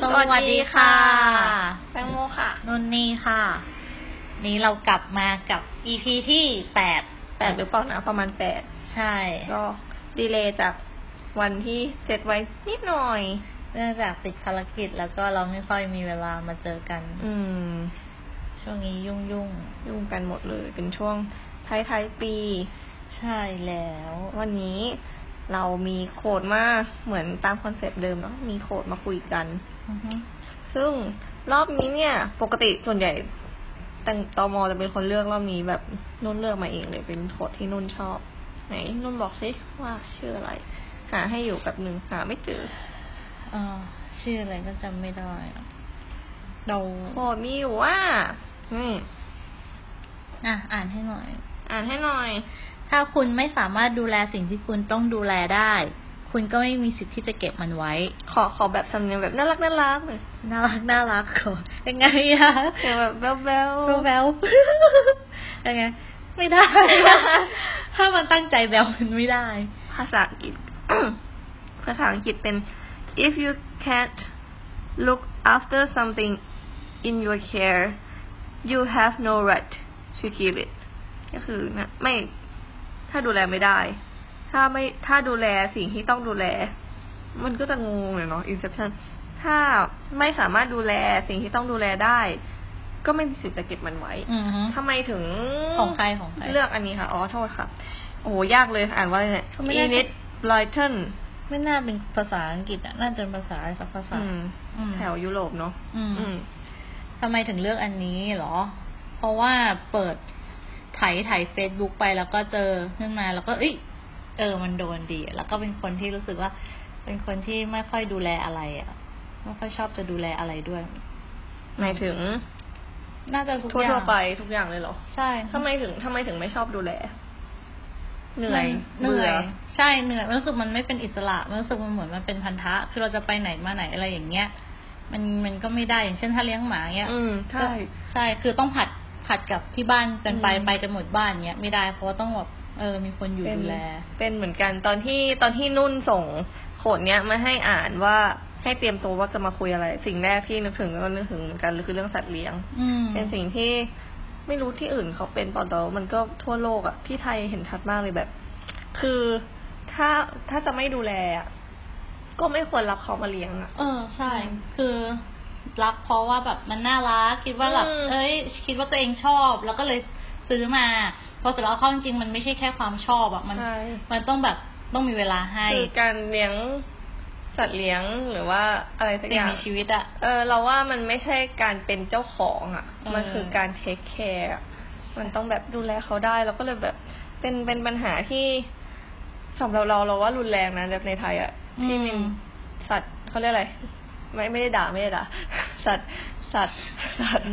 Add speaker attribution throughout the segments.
Speaker 1: สวัสดีค่ะ
Speaker 2: แตงโมค่ะ
Speaker 1: นุ่นนี่ค่ะ นี้เรากลับมากับ EP ที่แปด
Speaker 2: แปดหรือเปล่านะประมาณแปด
Speaker 1: ใช่
Speaker 2: ก็ดีเลย์จากวันที่เสร็จไว้นิดหน่อย
Speaker 1: เนื่องจากติดภารกิจแล้วก็เราไม่ค่อยมีเวลามาเจอกัน
Speaker 2: อืม
Speaker 1: ช่วงนี้ยุ่งยุ่ง
Speaker 2: ยุ่งกันหมดเลย เป็นช่วงท้ายท้ายๆปี
Speaker 1: ๆใช่แล้ว
Speaker 2: วันนี้เรามีโคดมาเหมือนตามคอนเซปต์เดิมเนาะมีโคดมาคุยกัน
Speaker 1: อือฮึ
Speaker 2: ซึ่งรอบนี้เนี่ย ปกติส่วนใหญ่แต่งตอมอจะเป็นคนเลือกรอบนี้แบบนุ่นเลือกมาเองเลยเป็นโคดที่นุ่นชอบ ไหนนุ่นบอกสิว่าชื่ออะไร หาให้อยู่แบบหนึ่งหาไม่เจอ
Speaker 1: เอ่อชื่ออะไรก็จำไม่ได้อะเรา
Speaker 2: โหดมีอยู่ว่าอืม
Speaker 1: อ่ะอ่านให้หน่อย
Speaker 2: อ่านให้หน่อย
Speaker 1: ถ้าคุณไม่สามารถดูแลสิ่งที่คุณต้องดูแลได้ คุณก็ไม่มีสิทธิ์ที่จะเก็บมันไว้
Speaker 2: ขอขอแบบสำเนียงแบบน่ารักน่ารักหน่อย
Speaker 1: น่ารักน่ารักขอยังไงอะ
Speaker 2: เสียงแบบแบ๊วแบว
Speaker 1: แบลแบล ยังไง ไม่ ได้ ถ้ามันตั้งใจแบลมันไม่ได้
Speaker 2: ภาษาอังกฤษ ภาษาอังกฤษเป็น if you can't look after something in your care you have no right to keep it ก็คือนะไม่ถ้าดูแลไม่ได้ ถ้าไม่ถ้าดูแลสิ่งที่ต้องดูแล มันก็จะงงเลยเนาะ inception ถ้าไม่สามารถดูแลสิ่งที่ต้องดูแลได้ ก็ไม่มีสิทธิ์จะเก็บมันไว้
Speaker 1: อือฮึ
Speaker 2: ทำไมถึง
Speaker 1: ของใครของใคร
Speaker 2: เลือกอันนี้ค่ะ อ๋อ โทษค่ะ โอ้โห ยากเลย อ่านว่าอะไรเนี่ย
Speaker 1: ก็ไม่ได้
Speaker 2: Enid Blyton
Speaker 1: ไม่น่าเป็นภาษาอังกฤษอ่ะ น่าจะเป็นภาษาอะไรสักภาษา
Speaker 2: อืม
Speaker 1: อืม
Speaker 2: แถวยุโรปเนาะ
Speaker 1: อืม
Speaker 2: อืม
Speaker 1: ทำไมถึงเลือกอันนี้เหรอ เพราะว่าเปิดไถไถเฟซบุ๊กไปแล้วก็เจอขึ้นมาแล้วก็เอ้ยเออมันโดนดี แล้วก็เป็นคนที่รู้สึกว่า เป็นคนที่ไม่ค่อยดูแลอะไรอ่ะ ไม่ค่อยชอบจะดูแลอะไรด้วย
Speaker 2: หมายถึง
Speaker 1: น่าจะทุก
Speaker 2: ทั่
Speaker 1: อ
Speaker 2: ว
Speaker 1: ย่า
Speaker 2: ทั่ว
Speaker 1: ง
Speaker 2: ๆไปทุกอย่างเลยเหรอ
Speaker 1: ใช่
Speaker 2: ทำไมถึงทำไมถึงไม่ชอบดูแล เหนื่อย
Speaker 1: มันเหนื่
Speaker 2: บื่
Speaker 1: อยใช่เหนื่อยมันรู้สึกมันไม่เป็นอิสระมันรู้สึกมันเหมือนมันเป็นพันธะ คือเราจะไปไหนมาไหนอะไรอย่างเงี้ย มันมันก็ไม่ได้อย่างเช่นถ้าเลี้ยงหมาเงี้ย
Speaker 2: อืม ใช่
Speaker 1: ก็ใช่คือต้องผัดผัดกับที่บ้านกันไป
Speaker 2: อืม
Speaker 1: ไปกันหมดบ้านเงี้ยไม่ได้เพราะว่าต้องแบบเออมีคนอยู่
Speaker 2: เป็น
Speaker 1: ดูแล
Speaker 2: เป็นเหมือนกันตอนที่ตอนที่นุ่นส่งโขดเนี้ยมาให้อ่านว่าให้เตรียมตัวว่าจะมาคุยอะไร สิ่งแรกที่นึกถึงก็นึกถึงเหมือนกันคือเรื่องสัตว์เลี้ยง
Speaker 1: อืม
Speaker 2: เป็นสิ่งที่ไม่รู้ที่อื่นเขาเป็นเปล่าแต่ว่ามันก็ทั่วโลกอะที่ไทยเห็นชัดมากเลยแบบ คือถ้าถ้าจะไม่ดูแลอะก็ไม่ควรรับเขามาเลี้ยงอะ
Speaker 1: เออใช่ คือรักเพราะว่าแบบมันน่ารักคิดว่าแบบ
Speaker 2: อืม
Speaker 1: เอ้ย คิดว่าตัวเองชอบแล้วก็เลยซื้อมาพอเสร็จแล้วเข้าจริงๆมันไม่ใช่แค่ความชอบอะมัน
Speaker 2: ใช่
Speaker 1: มันต้องแบบต้องมีเวลาให้
Speaker 2: คือการเลี้ยงสัตว์เลี้ยงหรือว่าอะไรสัก
Speaker 1: สิ่
Speaker 2: อง ย่าง
Speaker 1: มีชีวิตอะ
Speaker 2: เออเราว่ามันไม่ใช่การเป็นเจ้าของอะ
Speaker 1: เออ
Speaker 2: มันคือการเทคแคร์มันต้องแบบดูแลเขาได้แล้วก็เลยแบบเป็นเป็นปัญหาที่สำหรับเราเราว่ารุนแรงนะแบบในไทยอะที่มัน สัตว์เขาเรียกอะไร ไม่ไม่ได้ด่าไม่ได้ด่า สัตว์สัตว์สัตว์
Speaker 1: อะ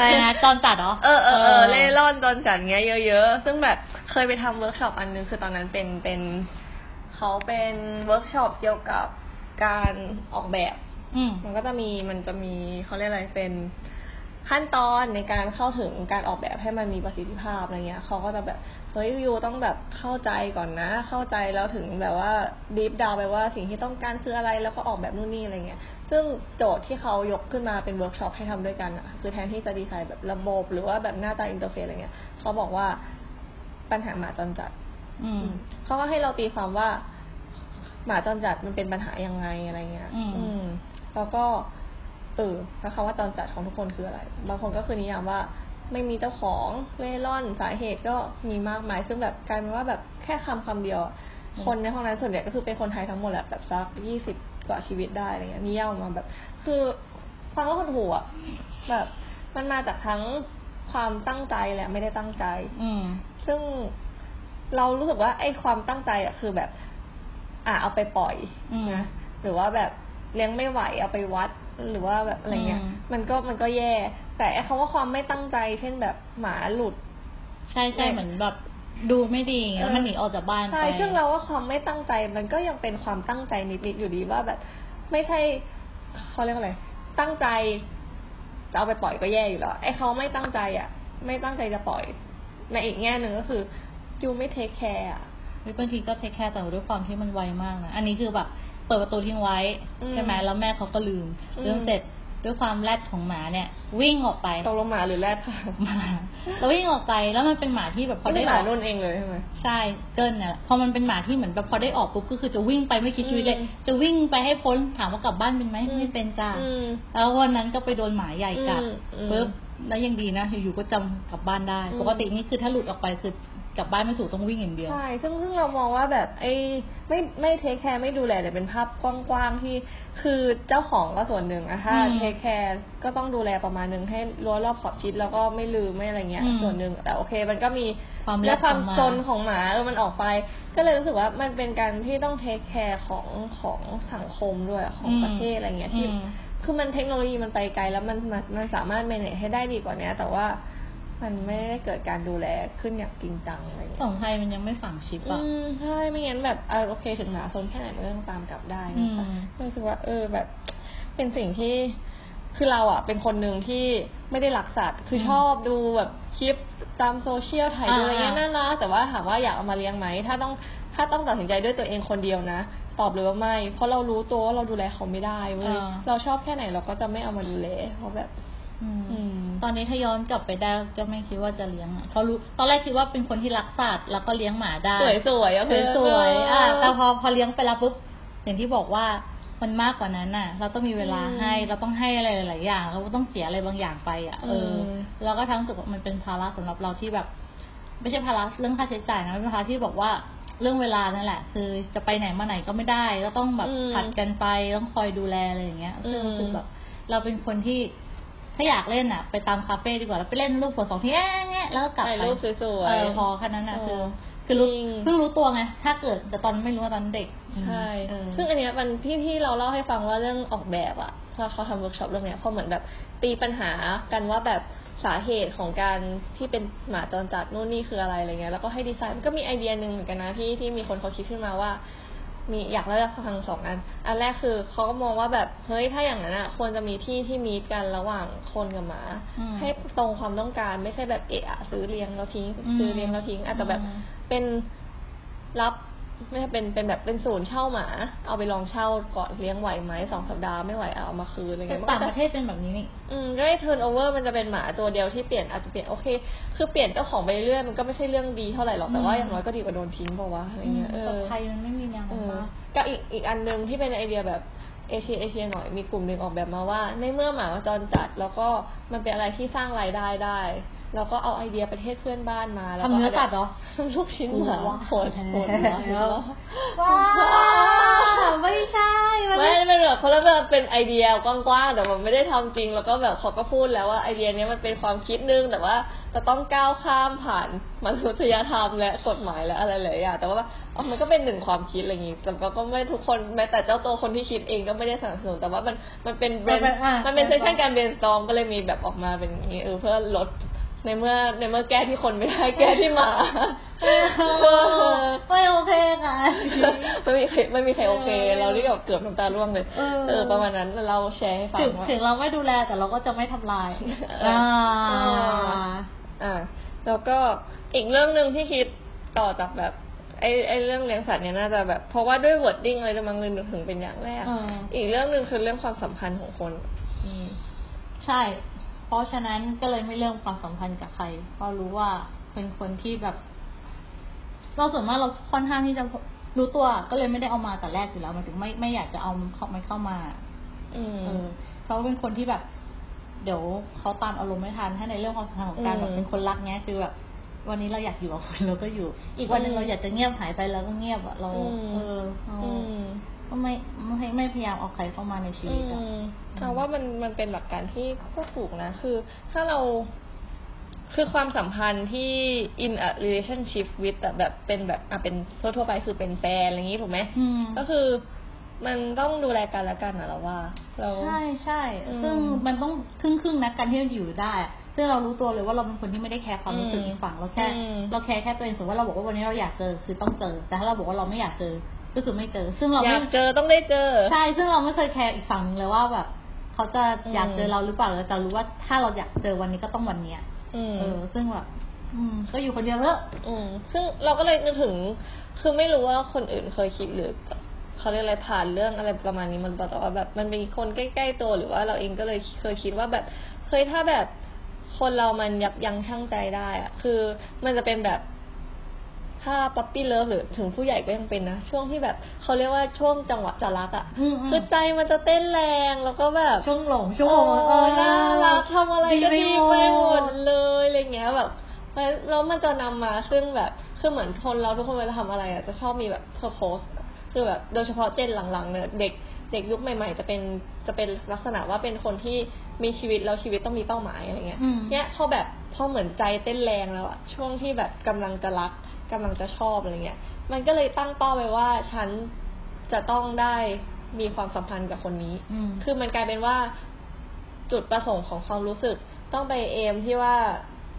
Speaker 1: ไรนะจอนจัดเหรอ
Speaker 2: เออเออเออเล่ร่อนตอนจัดเงี้ยเยอะๆ ซึ่งแบบเคยไปทำเวิร์กช็อปอันนึงคือตอนนั้นเป็นเป็นเขาเป็นเวิร์กช็อปเกี่ยวกับการออกแบบ
Speaker 1: อืม
Speaker 2: มันก็จะมีมันจะมีเขาเรียกอะไรเป็นขั้นตอนในการเข้าถึงการออกแบบให้มันมีประสิทธิภาพอะไรเงี้ยเขาก็จะแบบเฮ้ยยูต้องแบบเข้าใจก่อนนะ เข้าใจแล้วถึงแบบว่าดีฟดาวไปว่าสิ่งที่ต้องการคืออะไรแล้วก็ออกแบบนู่นนี่อะไรเงี้ย ซึ่งโจทย์ที่เขายกขึ้นมาเป็นเวิร์กช็อปให้ทำด้วยกันอะคือแทนที่จะดีไซน์แบบระบบหรือว่าแบบหน้าตาอินเทอร์เฟซอะไรเงี้ยเขาบอกว่าปัญหาหมาจรจัด
Speaker 1: อืม
Speaker 2: เขาก็ให้เราตีความว่า หมาจรจัดมันเป็นปัญหายังไงอะไรเงี้ย
Speaker 1: อืม
Speaker 2: มแล้วก็เออแล้วคำว่าจรจัดของทุกคนคืออะไร บางคนก็คือนิยามว่า ไม่มีเจ้าของเร่ร่อนสาเหตุก็มีมากมาย ซึ่งแบบกลายเป็นว่าแบบแค่คำคำเดียวอะคนในห้องนั้นส่วนใหญ่ก็คือเป็นคนไทยทั้งหมดแหละแบบสักยี่สิบกว่าชีวิตได้อะไรเงี้ยนิยามออกมาแบบ คือฟังแล้วคนหัวแบบมันมาจากทั้งความตั้งใจแหละไม่ได้ตั้งใจ
Speaker 1: อืม
Speaker 2: ซึ่งเรารู้สึกว่าไอ้ความตั้งใจอะคือแบบ อ่ะเอาไปปล่อย
Speaker 1: อืม
Speaker 2: นะหรือว่าแบบเลี้ยงไม่ไหวเอาไปวัดหรือว่าแบบอะไรเงี้ย
Speaker 1: อืม
Speaker 2: มันก็มันก็แย่ แต่ไอ้คำว่าความไม่ตั้งใจ เช่นแบบหมาหลุด
Speaker 1: ใช่ใช่
Speaker 2: เนี่ย
Speaker 1: เหมือนแบบดูไม่ดี
Speaker 2: เออ
Speaker 1: แล้วมันหนีออกจากบ้านไป
Speaker 2: ใช่ซึ่งเราว่าความไม่ตั้งใจ มันก็ยังเป็นความตั้งใจนิดๆอยู่ดีว่าแบบ ไม่ใช่เขาเรียกว่าอะไรตั้งใจจะเอาไปปล่อยก็แย่อยู่แล้วไอ้เขาไม่ตั้งใจอ่ะ ไม่ตั้งใจจะปล่อย ในอีกแง่หนึ่งก็คือยูไม่เทคแคร์อ่ะ
Speaker 1: เฮ้ยบางทีก็เทคแคร์แต่ด้วยความที่มันไวมากนะ อันนี้คือแบบ เปิดประตูทิ้งไว้
Speaker 2: อืม
Speaker 1: ใช่ไหมแล้วแม่เขาก็ลืม
Speaker 2: อืม
Speaker 1: ลืมเสร็จด้วยความแรดของหมาเนี่ย วิ่งออกไป
Speaker 2: ตกลงหมาหรือแรดคะ
Speaker 1: หมาแล้ววิ่งออกไปแล้วมันเป็นหมาที่แบบพอ
Speaker 2: เขาได้
Speaker 1: ได้
Speaker 2: ห
Speaker 1: อ
Speaker 2: มา
Speaker 1: อก
Speaker 2: นุ่นเองเลยใช่ไหม
Speaker 1: ใช่เกินเนี่ยแหละพอมันเป็นหมาที่เหมือนแบบพอได้ออกปุ๊บก็คือจะวิ่งไปไม่คิดชีวิตเลย
Speaker 2: อืม
Speaker 1: จะวิ่งไปให้พ้นถามว่ากลับบ้านเป็นไหม
Speaker 2: อืม
Speaker 1: ไม่เป็นจ้า
Speaker 2: อืม
Speaker 1: แล้ววันนั้นก็ไปโดนหมาใหญ่กัด
Speaker 2: อืมอืม
Speaker 1: ปึ๊บแล้วยังดีนะอยู่ๆก็จำกลับบ้านได้
Speaker 2: อืม
Speaker 1: ปกตินี่คือถ้าหลุดออกไปคือกลับบ้านไม่ถูกต้องวิ่งอย่างเดียว
Speaker 2: ใช่ ซึ่งซึ่งเรามองว่าแบบไอ้ไม่ไม่เทคแคร์ไม่ดูแลแต่เป็นภาพกว้างๆที่คือเจ้าของก็ส่วนหนึ่งอะถ้า
Speaker 1: อืม
Speaker 2: เทคแคร์ก็ต้องดูแลประมาณหนึ่งให้รั้วรอบขอบชิดแล้วก็ไม่ลืมไม่อะไรเงี้ย
Speaker 1: อืม
Speaker 2: ส่วนหนึ่งแต่โอเค มันก็มี
Speaker 1: ความ
Speaker 2: และความ
Speaker 1: รักของหมา
Speaker 2: จนของหมาเออมันออกไป ก็เลยรู้สึกว่ามันเป็นการที่ต้องเทคแคร์ของของสังคมด้วยของประเทศอะไรเงี้ยที่
Speaker 1: อืม
Speaker 2: คือมันเทคโนโลยีมันไปไกลแล้วมันมันมันสามารถเมเนจให้ได้ดีกว่าเนี้ย แต่ว่ามันไม่ได้เกิดการดูแลขึ้นอย่างจริงจังอะไรเงี้ย
Speaker 1: ของไทยมันยังไม่ฝังชิป
Speaker 2: อื
Speaker 1: อ่ะ
Speaker 2: มใช่ไม่งั้นแบบอ่ะโอเคถึงหมาโซนแค่ไหนมันก็ต้องตามกลับได้
Speaker 1: อื
Speaker 2: นะคะ
Speaker 1: ม
Speaker 2: รู้สึกว่า เออแบบ เป็นสิ่งที่คือเราอ่ะ เป็นคนหนึ่งที่ไม่ได้รักสัตว์คืออ
Speaker 1: ม
Speaker 2: ชอบดูแบบคลิปตามโซเชียลถ่ายดูอะไรเงี้ย
Speaker 1: อ่าๆ
Speaker 2: น่ารักแต่ว่าถามว่าอยากเอามาเลี้ยงไหมถ้าต้องถ้าต้องตัดสินใจด้วยตัวเองคนเดียวนะตอบเลยว่าไม่ เพราะเรารู้ตัวว่าเราดูแลเขาไม่ได้เว้ย
Speaker 1: อ่า
Speaker 2: เราชอบแค่ไหนเราก็จะไม่เอามาดูแลเพราะแบบ
Speaker 1: อืม
Speaker 2: อืม
Speaker 1: ตอนนี้ถ้าย้อนกลับไปได้ก็ไม่คิดว่าจะเลี้ยงอ่ะเขาะรู้ตอนแรกคิดว่าเป็นคนที่รักสัตว์แล้วก็เลี้ยงหมาได้
Speaker 2: สวยสวยๆอะ
Speaker 1: สวยสวยๆอ่ะแต่
Speaker 2: แต่
Speaker 1: พอพอเลี้ยงไปแล้วปุ๊บอย่างที่บอกว่ามันมากกว่านั้นน่ะ เราต้องมีเวลา
Speaker 2: อืม
Speaker 1: ให้เราต้องให้อะไรหลายๆอย่างเราก็ต้องเสียอะไรบางอย่างไปอ่ะเออ
Speaker 2: ม
Speaker 1: เราก็ทั้งรู้สึกว่ามันเป็นภาระสำหรับเราที่แบบ ไม่ใช่ภาระเรื่องค่าใช้จ่ายนะเป็นภาระที่บอกว่าเรื่องเวลานั่นแหละ คือจะไปไหนมาไหนก็ไม่ได้ ก็ต้องแบบ
Speaker 2: อืม
Speaker 1: ผัดกันไปต้องคอยดูแลอะไรอย่างเงี้ยซึ่ง
Speaker 2: อืม
Speaker 1: รู้สึกแบบ เราเป็นคนที่ถ้าอยากเล่นอ่ะ ไปตามคาเฟ่ดีกว่าแล้วไปเล่นรูปหัวสองทีแง่แง่แล้วก็กลับ
Speaker 2: ถ่าย
Speaker 1: ไป
Speaker 2: รูปสวยๆ
Speaker 1: เออพอแค่นั้นอ่ะคือ
Speaker 2: เออ
Speaker 1: คือรู้
Speaker 2: จริง
Speaker 1: เพิ่งรู้ตัวไงถ้าเกิดแต่ตอนไม่รู้ว่าตอนเด็ก
Speaker 2: ใช่
Speaker 1: เออ
Speaker 2: ซึ่งอันเนี้ยมันที่ที่เราเล่าให้ฟังว่าเรื่องออกแบบอะว่าเขาทำเวิร์กช็อปเรื่องเนี้ยเขาเหมือนแบบตีปัญหากันว่าแบบสาเหตุของการที่เป็นหมาจรจัดนู่นนี่คืออะไรอะไรเงี้ย แล้วก็ให้ดีไซน์มันก็มีไอเดียหนึ่งเหมือนกันนะที่ที่มีคนเขาคิดขึ้นมาว่า มีอยากเล่าให้ฟังสองอัน อันแรกคือเขาก็มองว่าแบบเฮ้ยถ้าอย่างนั้นอะควรจะมีที่ที่มีตกันระหว่างคนกับหมา
Speaker 1: อืม
Speaker 2: ให้ตรงความต้องการไม่ใช่แบบเอะอะซื้อเลี้ยงแล้วทิ้ง
Speaker 1: อืม
Speaker 2: ซื้อเลี้ยงแล้วทิ้งอาจจะแบบ
Speaker 1: อืม
Speaker 2: เป็นรับ ไม่ใช่เป็นเป็นแบบเป็นศูนย์เช่าหมา เอาไปลองเช่าก่อนเลี้ยงไหวไหมสองสัปดาห์ไม่ไหวเอามาคืนอะไร
Speaker 1: แต่
Speaker 2: เงี้ย
Speaker 1: ต่าง
Speaker 2: มัน
Speaker 1: ป
Speaker 2: ก็
Speaker 1: ระ
Speaker 2: จ
Speaker 1: เทศเป็นแบบนี้นี่
Speaker 2: อืมด้วยเทิร์นโอเวอร์มันจะเป็นหมาตัวเดียวที่เปลี่ยนอาจจะเปลี่ยนโอเค คือเปลี่ยนเจ้าของไปเรื่อยมันก็ไม่ใช่เรื่องดีเท่าไหร่หรอกแต่ว่า
Speaker 1: อืม
Speaker 2: อย่างน้อยก็ดีกว่าโดนทิ้งเปล่าวะอะไรเงี้ยเอ
Speaker 1: แต่
Speaker 2: อ
Speaker 1: ไทยมันไม่มีแนว
Speaker 2: เอ
Speaker 1: นั้น
Speaker 2: อ
Speaker 1: ปะ
Speaker 2: กับอีกอีกอันหนึ่งที่เป็นไอเดียแบบเอเชียเอเชียหน่อยมีกลุ่มหนึ่งออกแบบมาว่า ในเมื่อหมาจรจัด แล้วก็มันเป็นอะไรที่สร้างรายได้ได้ แล้วก็เอาไอเดียประเทศเพื่อนบ้านมาแล้วก็
Speaker 1: ทำเนื้อสัตว์เหรอ
Speaker 2: ทำลูกชิ้นหมาโหดโหด
Speaker 1: แล้
Speaker 2: แล้ว ว
Speaker 1: ว้าวไม่ใช่มัน
Speaker 2: ไม่ไม่แบบเขาเรียกว่าเป็นไอเดียกว้างๆ แต่มันไม่ได้ทำจริง แล้วก็แบบเขาก็พูดแล้วว่าไอเดียเนี้ยมันเป็นความคิดนึง แต่ว่าจะต้องก้าวข้ามผ่านมนุษยธรรมและกฎหมายและอะไรหลายอย่างแต่ว่าเอามันก็เป็นหนึ่งความคิดอะไรอย่างงี้ แต่ก็ไม่ทุกคนแม้แต่เจ้าตัวคนที่คิดเองก็ไม่ได้สนับสนุน แต่ว่ามันมันเป็น brain-
Speaker 1: มันเป็นอ่ะ
Speaker 2: มันเป็นเซสชันการเบรนสตอมก็เลยมีแบบออกมาเป็นอย่างงี้เออเพื่อลดในเมื่อในเมื่อแก้ที่คนไม่ได้แก้ที่หมา
Speaker 1: ไม่โอเคค่ะ
Speaker 2: ไม่มีใครไม่มีใครโอเค
Speaker 1: เออ
Speaker 2: เรานี่แบบเกือบน้ำตาร่วงเลย
Speaker 1: เออ
Speaker 2: ประมาณนั้นแล้วเราแชร์ให้ฟัง
Speaker 1: ถึง
Speaker 2: ว่า
Speaker 1: ถึงเราไม่ดูแลแต่เราก็จะไม่ทำลาย
Speaker 2: เอออ่
Speaker 1: า
Speaker 2: อ่าแล้วก็อีกเรื่องหนึ่งที่คิดต่อจากแบบไอ้ไอ้เรื่องเลี้ยงสัตว์เนี่ยน่าจะแบบ เพราะว่าด้วยวอร์ดดิ้งอะไรจะมังเรื่องถึงเป็นอย่างแรก
Speaker 1: เอออี
Speaker 2: กเรื่องหนึ่งคือเรื่องความสัมพันธ์ของคน อืม
Speaker 1: ใช่ เพราะฉะนั้นก็เลยไม่เริ่มความสัมพันธ์กับใคร เพราะรู้ว่าเป็นคนที่แบบ เราส่วนมากเราค่อนข้างที่จะรู้ตัวก็เลยไม่ได้เอามาแต่แรกอยู่แล้วหมันถึงไม่ไม่อยากจะเอาเขามันเข้ามา
Speaker 2: อืม
Speaker 1: เออเขาเป็นคนที่แบบ เดี๋ยวเขาตามอารมณ์ไม่ทันถ้าในเรื่องความสัมพันธ์ของการ
Speaker 2: อืม
Speaker 1: แบบเป็นคนรักเนี้ยคือแบบ วันนี้เราอยากอยู่กับคนเราก็อยู่ อีกวันหนึงเราอยากจะเงียบหายไปเราก็เงียบอะเรา
Speaker 2: อืม
Speaker 1: เออเรา
Speaker 2: อืม
Speaker 1: ก็ไม่ไม่ไม่พยายามเอาใครเข้ามาในชีวิตอะ
Speaker 2: อืมเราว่ามันมันเป็นหลักการที่ก็ถูกนะ คือ ถ้าเราคือความสัมพันธ์ที่ in a relationship with อะแบบเป็นแบบอ่ะเป็นทั่วๆไปคือเป็นแฟนอะไรอย่างนี้ถูกไหม
Speaker 1: อืม
Speaker 2: ก็คือมันต้องดูแลกันและกันอะเราว่าเรา
Speaker 1: ใช่ใช่
Speaker 2: อืม
Speaker 1: ซึ่งมันต้องครึ่งครึ่งๆนะการที่เราอยู่ได้อะซึ่งเรารู้ตัวเลยว่าเราเป็นคนที่ไม่ได้แคร์ความรู้สึก
Speaker 2: อืม
Speaker 1: อีกฝั่งเราแค่
Speaker 2: อืม
Speaker 1: เราแคร์แค่ตัวเองสมมติว่าเราบอกว่าวันนี้เราอยากเจอคือต้องเจอ แต่ถ้าเราบอกว่าเราไม่อยากเจอก็คือไม่เจอ ซึ่งเรา
Speaker 2: อ
Speaker 1: ไม่
Speaker 2: ยากเจอต้องได้เจอ
Speaker 1: ใช่ ซึ่งเราไม่เคยแคร์อีกฝั่งหนึงเลยว่าแบบเขาจะอยากเจอ
Speaker 2: ม
Speaker 1: เราหรือเปล่าแต่รู้ว่าถ้าเราอยากเจอวันนี้ก็ต้องวันเนี้ย
Speaker 2: อืม
Speaker 1: เออ ซึ่งแบบ อืม ก็อยู่คนเดียวเถอะ
Speaker 2: อืมซึ่งเราก็เลยนึกถึง คือไม่รู้ว่าคนอื่นเคยคิดหรือ เขาเรียกอะไรผ่านเรื่องอะไรประมาณนี้มันแบบว่าแบบ มันมีคนใกล้ๆตัวหรือว่าเราเองก็เลยเคยคิดว่าแบบเฮ้ยถ้าแบบคนเรามันยับยั้งชั่งใจได้อะคือมันจะเป็นแบบ ถ้าป๊อปปี้เลิฟหรือถึงผู้ใหญ่ก็ยังเป็นนะ ช่วงที่แบบเขาเรียกว่าช่วงจังหวะจะรักอะ
Speaker 1: อืมอืม
Speaker 2: คือใจมันจะเต้นแรงแล้วก็แบบ
Speaker 1: ช่วงหลงช่วงหลง
Speaker 2: โอ้น่ารักทำอะไรก็ดีไปหมด
Speaker 1: เลย
Speaker 2: เลยอะไรเงี้ยแบบแล้วมันจะนำมาซึ่งแบบคือเหมือนคนเราทุกคนเวลาทำอะไรอะจะชอบมีแบบ purpose อะคือแบบโดยเฉพาะเจนหลังๆเนี่ยเด็กเด็กยุคใหม่ ๆ จะเป็นจะเป็นลักษณะว่าเป็นคนที่มีชีวิตแล้วชีวิตต้องมีเป้าหมายอะไรเงี้ย
Speaker 1: อืม
Speaker 2: เนี่ยพอแบบพอเหมือนใจเต้นแรงแล้วอะช่วงที่แบบกำลังจะรักกำลังจะชอบอะไรเงี้ยมันก็เลยตั้งเป้าไว้ว่าฉันจะต้องได้มีความสัมพันธ์กับคนนี้
Speaker 1: อืม
Speaker 2: คือมันกลายเป็นว่าจุดประสงค์ของความรู้สึกต้องไปเอมที่ว่า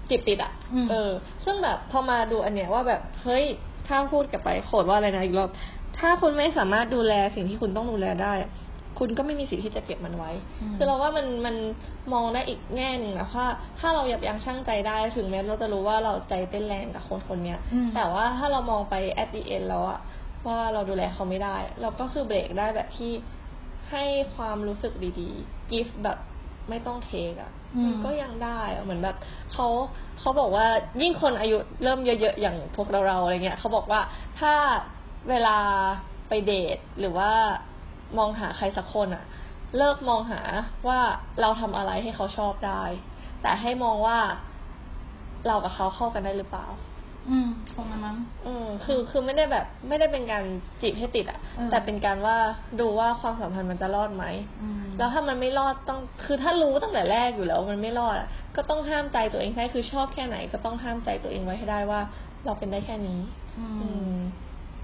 Speaker 2: จิบติดอะ่ะ
Speaker 1: อืม
Speaker 2: เออ ซึ่งแบบพอมาดูอันเนี้ยว่าแบบเฮ้ยถ้าพูดกลับไปโคดว่าอะไรนะอีกรอบถ้าคุณไม่สามารถดูแลสิ่งที่คุณต้องดูแลได้อะคุณก็ไม่มีสิทธิ์ที่จะเก็บมันไว้
Speaker 1: ม
Speaker 2: คือเราว่ามันมันมองได้อีกแง่หนึ่งนะว่าถ้าเรายับยั้งชั่งใจได้ถึงแม้เราจะรู้ว่าเราใจเต้นแรงกับคนคนเนี้ย
Speaker 1: อืม
Speaker 2: แต่ว่าถ้าเรามองไป at the end แล้วอะว่าเราดูแลเขาไม่ได้ เราก็คือเบรกได้แบบที่ให้ความรู้สึกดีๆ gift แบบไม่ต้องเทคอะ
Speaker 1: อืม
Speaker 2: มันก็ยังได้อะเหมือนแบบเขาเขาบอกว่ายิ่งคนอายุเริ่มเยอะๆ อย่างพวกเราเราๆอะไรเงี้ยเขาบอกว่าถ้าเวลาไปเดทหรือว่ามองหาใครสักคนอะเลิกมองหาว่าเราทำอะไรให้เขาชอบได้ แต่ให้มองว่าเรากับเขาเข้ากันได้หรือเปล่า
Speaker 1: อืมคงนะมั้ง
Speaker 2: อืมคือคือไม่ได้แบบไม่ได้เป็นการจีบให้ติดอะ
Speaker 1: อืม
Speaker 2: แต่เป็นการว่าดูว่าความสัมพันธ์มันจะรอดไหม
Speaker 1: อืม
Speaker 2: แล้วถ้ามันไม่รอดต้องคือถ้ารู้ตั้งแต่แรกอยู่แล้วว่ามันไม่รอดอะก็ต้องห้ามใจตัวเองให้คือชอบแค่ไหน ก็ต้องห้ามใจตัวเองไว้ให้ได้ว่า เราเป็นได้แค่นี้
Speaker 1: อืม
Speaker 2: อืม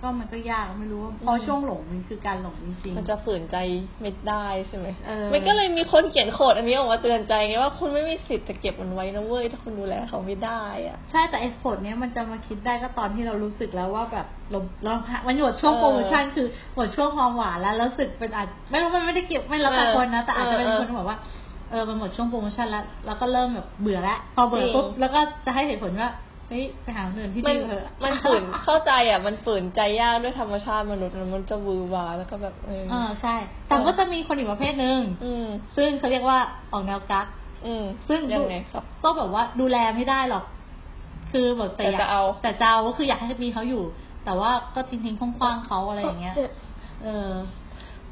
Speaker 1: ก็มันก็ยากไม่รู้ว่าเพราะช่วงหลงมันคือการหลงจริงๆ
Speaker 2: มันจะฝืนใจไม่ได้ใช่ไหม
Speaker 1: เออ
Speaker 2: มันก็เลยมีคนเขียนโคดอันนี้ออกมาเตือนใจไงว่าคุณไม่มีสิทธิ์จะเก็บมันไว้นะเว้ยถ้าคุณดูแลเขาไม่ได้อะ
Speaker 1: ใช่แต่เอ็กซ์โเนี้ยมันจะมาคิดได้ก็ตอนที่เรารู้สึกแล้วว่าแบบลมเรามันหมดช่วงโปรโมชั่นคือหมดช่วงความหวานแล้วแล้วรู้สึกเป็นอาจไม่รู้มันไม่ได้เกี่ยวไม่รับแต่คนนะแต่อาจจะเป็น
Speaker 2: เออ
Speaker 1: คนที่บอกว่าเออมันหมดช่วงโปรโมชั่นแล้วแล้วก็เริ่มแบบเบื่อแล้วพอเบื่อปุ๊บ
Speaker 2: จริง
Speaker 1: แล้วก็จะให้เหตุผลว่าเฮ้ยไปหาคนอื่นที่
Speaker 2: มั
Speaker 1: ดี
Speaker 2: น
Speaker 1: เถอะ
Speaker 2: มันฝืนเข้าใจอ่ะ มันฝืนใจยากด้วยธรรมชาติมนุษย์นะมันจะวือวาแล้วก็แบบเออ
Speaker 1: เออใช่ แต่
Speaker 2: เออ
Speaker 1: ก็จะมีคนอีกประเภทหนึ่ง
Speaker 2: อืม
Speaker 1: ซึ่งเขาเรียกว่าออกแนวกัก
Speaker 2: อืม
Speaker 1: ซึ่ง
Speaker 2: ยังไงครับ
Speaker 1: ก็แบบว่าดูแลไม่ได้หรอก คือแบบแต่ยก
Speaker 2: แต่จะเอา
Speaker 1: แต่จะเอาก็คืออยากให้มีเขาอยู่ แต่ว่าก็ทิ้งๆคว้างๆเขาอะไรอย่างเงี้ย เออ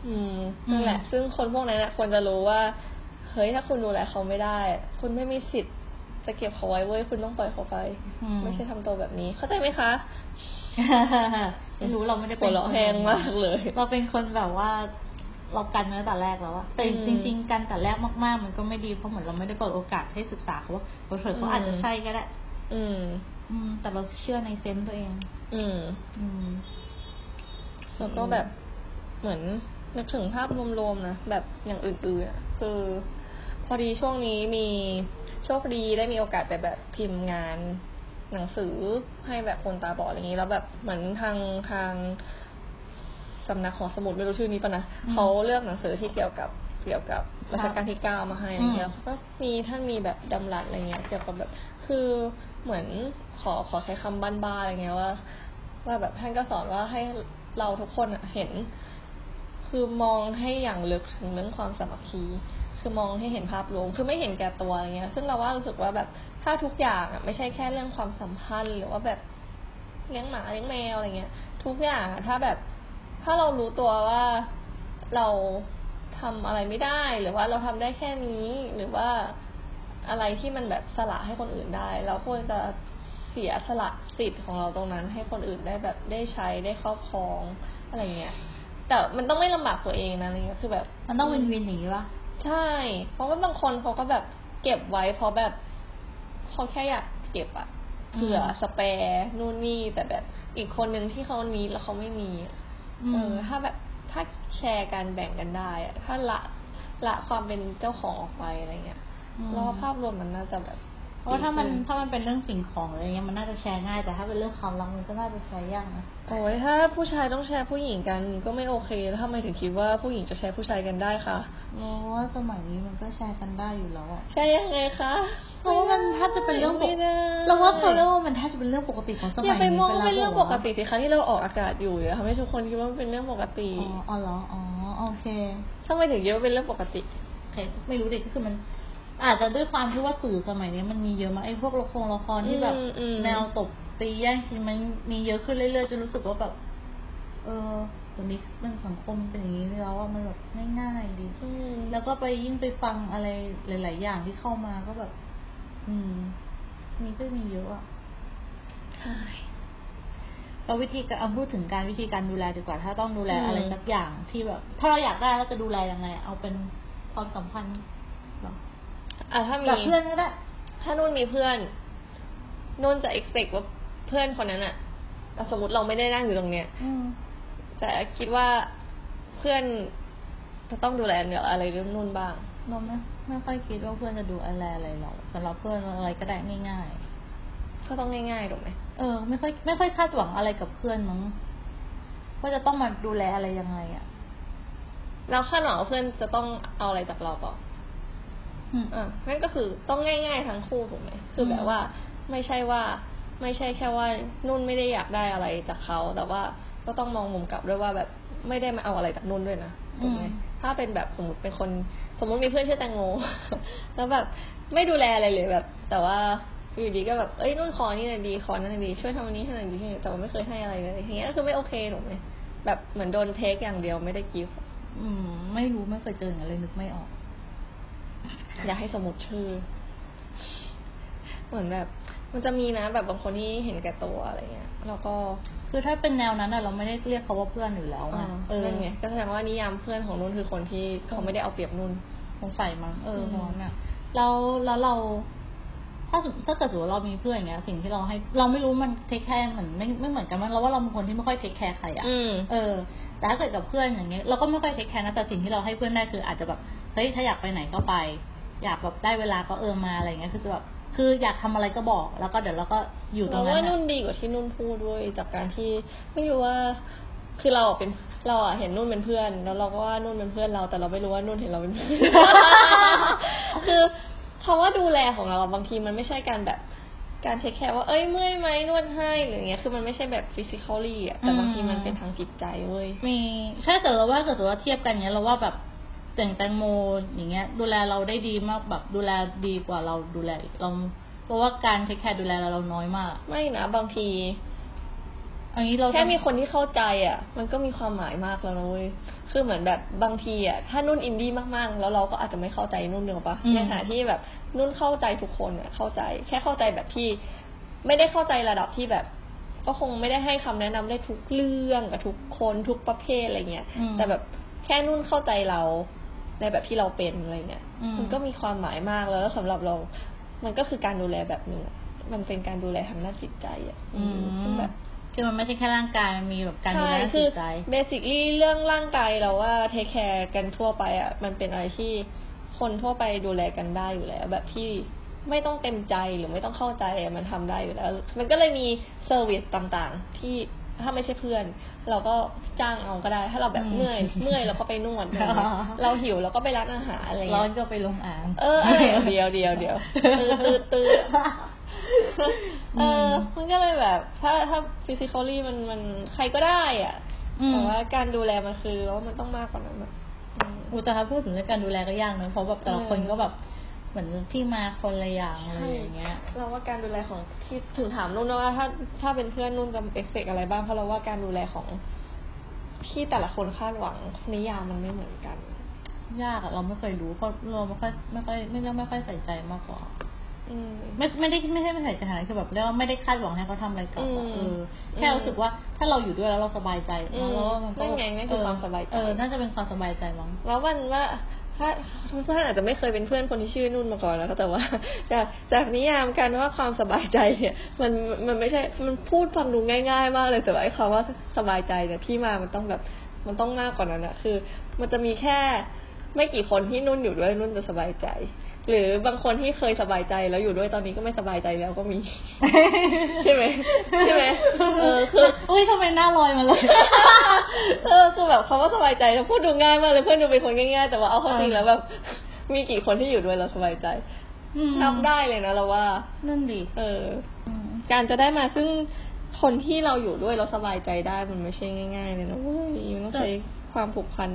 Speaker 2: อืมนั่นแหละ
Speaker 1: อืม
Speaker 2: ซึ่งคนพวกนั้นนะควรจะรู้ว่า เฮ้ยถ้าคุณดูแลเขาไม่ได้ คุณไม่มีสิทธิ์จะเก็บเขาไว้เว้ย คุณต้องปล่อยเขาไป
Speaker 1: อื
Speaker 2: ไม่ใช่ทำตัวแบบนี้ เข้าใจไหมคะ
Speaker 1: ไม่รู้เราไม่ได้
Speaker 2: หั
Speaker 1: เป็
Speaker 2: วน เราะแหงมากเลย
Speaker 1: เราเป็นคนแบบว่า เรากันเนื้อแต่แรกแล้วอะแต่
Speaker 2: อืม
Speaker 1: จริง ๆ กันแต่แรกมากๆ มันก็ไม่ดีเพราะเหมือนเราไม่ได้เปิดโอกาสให้ศึกษาเขาว่าเราเผื่อเขาอาจจะ
Speaker 2: อืม
Speaker 1: ใช่ก็ได้
Speaker 2: อืม
Speaker 1: อืม แต่เราเชื่อในเซนส์ตัวเอง
Speaker 2: อืม
Speaker 1: อืม
Speaker 2: แล้วก็แบบเหมือนนึกถึงภาพรวมๆนะแบบอย่างอื่นๆอะคือพอดีช่วงนี้มีโชคดีได้มีโอกาสไปแบบพิมพ์งานหนังสือให้แบบคนตาบอดอะไรอย่างนี้ แล้วแบบเหมือนทางทางสำนักของสมุดไม่รู้ชื่อนี้ปะนะ
Speaker 1: อืม
Speaker 2: เขาเลือกหนังสือที่เกี่ยวกับเกี่ยวกับรัชกาลที่เก้ามาให้อะไรอย่างเงี้ย
Speaker 1: อืม
Speaker 2: ก็มีท่านมีแบบดำรัสอะไรเงี้ยเกี่ยวกับแบบ คือเหมือนขอขอใช้คำบ้านๆอะไรเงี้ยว่า ว่าแบบท่านก็สอนว่าให้เราทุกคนอะเห็น คือมองให้อย่างลึกถึงเรื่องความสามัคคี คือมองให้เห็นภาพรวม คือไม่เห็นแก่ตัวอะไรเงี้ย ซึ่งเราว่ารู้สึกว่าแบบถ้าทุกอย่างอะไม่ใช่แค่เรื่องความสัมพันธ์ หรือว่าแบบเลี้ยงหมาเลี้ยงแมวอะไรเงี้ย ทุกอย่างอะถ้าแบบ ถ้าเรารู้ตัวว่าเราทำอะไรไม่ได้ หรือว่าเราทำได้แค่นี้หรือว่าอะไรที่มันแบบสละให้คนอื่นได้ เราควรจะเสียสละสิทธิ์ของเราตรงนั้น ให้คนอื่นได้แบบได้ใช้ได้ครอบครองอะไรเงี้ยแต่มันต้องไม่ลำบากตัวเองนะอะไรเงี้ยคือแบบ
Speaker 1: มันต้องวินวินอย่างนี้ปะ
Speaker 2: ใช่ เพราะว่าบางคนเขาก็แบบเก็บไว้เพราะแบบเขาแค่อยากเก็บอะ
Speaker 1: อืม
Speaker 2: เผื่อสเปร์นู่นนี่แต่แบบอีกคนนึงที่เขามีแล้วเขาไม่มีอะ
Speaker 1: อื
Speaker 2: เอ
Speaker 1: ม
Speaker 2: อถ้าแบบถ้าแชร์การแบ่งกันได้อะถ้าละละความเป็นเจ้าของออกไปอะไรเงี้ย
Speaker 1: อืม
Speaker 2: แล้วภาพรวมมันน่าจะแบบ
Speaker 1: เพราะถ้ามันถ้ามันเป็นเรื่องสิ่งของอะไรเงี้ยมันน่าจะแชร์ง่ายแต่ถ้าเป็นเรื่องความรักมันก็น่าจะแชร์ยากนะ
Speaker 2: โอ้ยถ้าผู้ชายต้องแชร์ผู้หญิงกันก็ไม่โอเค แล้วทำไมถึงคิดว่าผู้หญิงจะแชร์ผู้ชายกันได้คะ
Speaker 1: เราว่าสมัยนี้มันก็แชร์กันได้อยู่แล้วอะ
Speaker 2: แชร์ยังไงคะ
Speaker 1: เพราะว่ามันแทบจะเป็นเรื่องปก
Speaker 2: ไม่ได้
Speaker 1: เราว่าเขาเรียกว่ามันแทบจะเป็นเรื่องปกติของส
Speaker 2: อ
Speaker 1: มั
Speaker 2: ย่าย
Speaker 1: นี้
Speaker 2: ไปมองว่า
Speaker 1: แล้ว
Speaker 2: เป็นเรื่องปกติสิคะที่เราออกอากาศอยู่อย่าทำให้ทุกคนคิดว่ามันเป็นเรื่องปกติ
Speaker 1: อ๋ออ๋อเหรออ๋อโอเค
Speaker 2: ทำไมถึงเยอะเป็นเรื่องปกติ
Speaker 1: โอเค ไม่รู้ดิก็คือมัน อาจจะด้วยความที่ว่าสื่อสมัยนี้มันมีเยอะมากไอ้พวกละครละครที่แบบ
Speaker 2: อืมอืม
Speaker 1: แนวตบตีแย่งชิงมันมีเยอะขึ้นเรื่อยๆจนรู้สึกว่าแบบ เออเดี๋ยวนี้มันสังคมเป็นอย่างนี้แล้วว่ามันแบบง่ายๆดี
Speaker 2: อืม
Speaker 1: แล้วก็ไปยิ่งไปฟังอะไรหลาย ๆ อย่างที่เข้ามาก็แบบ อืม มีก็มีเยอะอะแล้ววิธีการเอาพูดถึงการวิธีการดูแลดีกว่า ถ้าต้องดูแล
Speaker 2: อืม
Speaker 1: อะไรสักอย่างที่แบบ ถ้าเราอยากได้เราจะดูแลยังไง เอาเป็นความสัมพันธ์เหรอ
Speaker 2: อ่ะถ้ามี
Speaker 1: กับเพื่อนก็ได้
Speaker 2: ถ้านุ่นมีเพื่อนนุ่นจะ expect ว่าเพื่อนคนนั้นอะแต่สมมติเราไม่ได้นั่งอยู่ตรงเนี้ย
Speaker 1: อืม
Speaker 2: แต่คิดว่าเพื่อนจะต้องดูแลเหนืออะไรนุ่นบ้าง
Speaker 1: นมไม่ไม่ค่อยคิดว่าเพื่อนจะดูอะไรอะไรหรอกสำหรับเพื่อนอะไรก็ได้ง่าย
Speaker 2: ก็ต้องง่ายๆถูกไหม
Speaker 1: ๆ เออ ไม่ค่อย ไม่ค่อยคาดหวังอะไรกับเพื่อนมั้งว่าจะต้องมาดูแลอะไรยังไงอะ
Speaker 2: เราคาดหวังว่าเพื่อนจะต้องเอาอะไรจากเราเปล่า
Speaker 1: อืม
Speaker 2: อ่ะนั่นก็คือต้องง่ายๆทั้งคู่ถูกไหมคือแบบว่า ไม่ใช่ว่า ไม่ใช่แค่ว่านุ่นไม่ได้อยากได้อะไรจากเขา แต่ว่าก็ต้องมองมุมกลับด้วยว่าแบบไม่ได้มาเอาอะไรจากนุ่นด้วยนะถูกไหม
Speaker 1: อืม
Speaker 2: ถ้าเป็นแบบสมมติเป็นคน สมมติมีเพื่อนชื่อแตงโม แล้วแบบไม่ดูแลอะไรเลยแบบ แต่ว่าอยู่ดีก็แบบเอ้ยนุ่นขอนี่หน่อยดีขอนั่นหน่อยดีช่วยทำอันนี้ให้หน่อยดีให้หน่อยแต่ว่าไม่เคยให้อะไรเลยอย่างเงี้ยก็คือไม่โอเคถูกไหมแบบเหมือนโดนเทคอย่างเดียวไม่ได้กิฟต์
Speaker 1: อืม ไม่รู้ไม่เคยเจออย่างนั้นเลยนึกไม่ออก
Speaker 2: อยากให้สมมติชื่อ เหมือนแบบ มันจะมีนะแบบบางคนที่เห็นแก่ตัวอะไรเงี้ยแล้วก็
Speaker 1: คือถ้าเป็นแนวนั้นอะเราไม่ได้เรียกเขาว่าเพื่อนอยู่แล้วไงเออ
Speaker 2: นั่นไงก็แสดงว่านิยามเพื่อนของนุ่นคือคนที่เขาไม่ได้เอาเปรียบนุ่น
Speaker 1: สงสัยมั้งเออ
Speaker 2: อืม
Speaker 1: หัวน่ะเราแล้วเรา ถ้าสมมุติถ้าเกิดสมมติว่าเรามีเพื่อนอย่างเงี้ย สิ่งที่เราให้เราไม่รู้มันเทคแคร์เหมือนไม่ไม่เหมือนกันมันเราว่าเราเป็นคนที่ไม่ค่อยเทคแคร์ใครอะ
Speaker 2: อืม
Speaker 1: เออแต่ถ้าเกิดกับเพื่อนอย่างเงี้ยเราก็ไม่ค่อยเทคแคร์นะแต่สิ่งที่เราให้เพื่อนได้คืออาจจะแบบเฮ้ยถ้าอยากไปไหนก็ไป อยากแบบได้เวลาก็เออมาอะไรเงี้ยคือจะแบบคืออยากทำอะไรก็บอก แล้วก็เดี๋ยวเราก็อยู่ตรงนั้น
Speaker 2: เราว่า
Speaker 1: อะ
Speaker 2: นุ่นดีกว่าที่นุ่นพูดด้วยจากการที่ไม่รู้ว่า คือเราอะเป็นเราอะเห็นนุ่นเป็นเพื่อน แล้วเราก็ว่านุ่นเป็นเพื่อนเรา แต่เราไม่รู้ว่านุ่นเห็นเราเป็นเพื่อน คือคำว่าดูแลของเราบางทีมันไม่ใช่การแบบการเทคแคร์ว่าเอ้ยเมื่อยไหมนวดให้หรืออย่างเงี้ยคือมันไม่ใช่แบบฟิสิกอลี่อะแต่บางทีมันเป็นทางจิตใจเว้ย
Speaker 1: มีใช่แต่เราว่าเกิดสมมติว่าเทียบกันเนี้ยเราว่าแบบแต่างแตงโมอย่างเงี้ย ดูแลเราได้ดีมากแบบดูแลดีกว่าเราดูแลอีกเราเพราะว่าการแค่ดูแลเราเราน้อยมาก
Speaker 2: ไม่นะบางที
Speaker 1: อันนี้เรา
Speaker 2: แค่มีคนที่เข้าใจอ่ะ มันก็มีความหมายมากแล้วนะเว้ย คือเหมือนแบบบางทีอ่ะ ถ้านุ่นอินดี้มากๆ แล้วเราก็อาจจะไม่เข้าใจนุ่นเนอะปะในขณะที่แบบนุ่นเข้าใจทุกคนอ่ะ เข้าใจ แค่เข้าใจแบบที่ ไม่ได้เข้าใจระดับที่แบบ ก็คงไม่ได้ให้คำแนะนำได้ทุกเรื่องกับทุกคนทุกประเภทอะไรเงี้ย
Speaker 1: อืม
Speaker 2: แต่แบบแค่นุ่นเข้าใจเราในแบบที่เราเป็นอะไรเงี้ย
Speaker 1: อืม
Speaker 2: มันก็มีความหมายมากแล้วสำหรับเรา มันก็คือการดูแลแบบหนึงอะมันเป็นการดูแลทางด้านจิตใจอ่ะ
Speaker 1: อืม
Speaker 2: ซึ่งแบบ
Speaker 1: คือมันไม่ใช่แค่ร่างกายมันมีแบบการดูแลจิตใจ
Speaker 2: เบสิคลี่เรื่องร่างกายเราว่าเทคแคร์กันทั่วไปอ่ะ มันเป็นอะไรที่คนทั่วไปดูแลกันได้อยู่แล้ว แบบที่ไม่ต้องเต็มใจหรือไม่ต้องเข้าใจอะมันทำได้อยู่แล้ว มันก็เลยมีเซอร์วิสต่างๆ ที่ถ้าไม่ใช่เพื่อน เราก็จ้างเอาก็ได้ ถ้าเราแบบ
Speaker 1: อืม
Speaker 2: เมื่อยเมื่อยเราก็ไปน วด
Speaker 1: อ๋อ
Speaker 2: เราหิวเราก็ไปร้านอาหารอะไรอย่าง
Speaker 1: ร้อ
Speaker 2: เงี้
Speaker 1: น
Speaker 2: ย
Speaker 1: ก็ไปลงอ่าง
Speaker 2: เอออะไรเดียวเดียวเดียวตื่นตื่นตื่นเออ มันก็เลยแบบ ถ้าถ้าฟิสิกอลี่มันมันใครก็ได้อ่ะ
Speaker 1: อืม
Speaker 2: แต่ว่าการดูแลมันคือว่ามันต้องมากกว่านั้นอะอืม
Speaker 1: อุยแตถ้าพูดถึงเรื่องการดูแลก็ยากเนอะเพราะแบบแต่ละ
Speaker 2: เออ
Speaker 1: คนก็แบบเหมือนที่มาคนละอย่างอะไรอย่างเงี้ย
Speaker 2: เราว่าการดูแลของที่ถึงถามนุ่นนะว่าถ้าถ้าเป็นเพื่อนนุ่นจะเอฟเฟกอะไรบ้างเพราะเราว่าการดูแลของที่แต่ละคนคาดหวังนิยามมันไม่เหมือนกัน
Speaker 1: ยากอะเราไม่เคยรู้เพราะเราไม่ค่อยไม่ค่อยไม่เรียกไม่ค่อยใส่ใจมากกว่า
Speaker 2: อืม
Speaker 1: ไม่ไม่ได้ไม่ใช่ไม่ใส่ใจขนาดนั้นคือแบบเรียกว่าไม่ได้คาดหวังให้เขาทำอะไรกลับอะ
Speaker 2: อืม
Speaker 1: เออแค่รู้สึกว่าถ้าเราอยู่ด้วยแล้วเราสบายใจ
Speaker 2: อืม
Speaker 1: เราว่ามันก็
Speaker 2: นั่นไงนั่นคือความสบายใจ
Speaker 1: เออน่าจะเป็นความสบายใจมั้ง
Speaker 2: แล้ววันว่าถ้าเพื่อนอาจจะไม่เคยเป็นเพื่อนคนที่ชื่อนุ่นมาก่อนแล้วแต่ว่า จากจากนิยามกันว่าความสบายใจเนี่ย มันมันไม่ใช่มันพูดฟังดูง่าย ๆ มากเลยแต่ว่าไอ้คำว่าสบายใจเนี่ยที่มามันต้องแบบมันต้องมากกว่านั้นอะคือ มันจะมีแค่ไม่กี่คนที่นุ่นอยู่ด้วยนุ่นจะสบายใจ หรือบางคนที่เคยสบายใจแล้วอยู่ด้วยตอนนี้ก็ไม่สบายใจแล้วก็มี ใช่ไหมใช่ไหมเออ คือ
Speaker 1: อุ้ยทำไมหน้าลอยมาเลย
Speaker 2: เออคือแบบเขาว่าสบายใจแล้วพูดดูง่ายมากเลยเพื่อนดูเป็นคนง่ายๆ แต่ว่าเอาเข้าจริงแล้วแบบ มีกี่คนที่อยู่ด้วยเราสบายใจ
Speaker 1: อืม
Speaker 2: นับได้เลยนะเราว่า
Speaker 1: นั่นดิ
Speaker 2: เออ
Speaker 1: อืม
Speaker 2: การจะได้มาซึ่งคนที่เราอยู่ด้วยเราสบายใจได้มันไม่ใช่ง่าย ๆ เลยนะเว้ยมันต้องใช้ความผูกพัน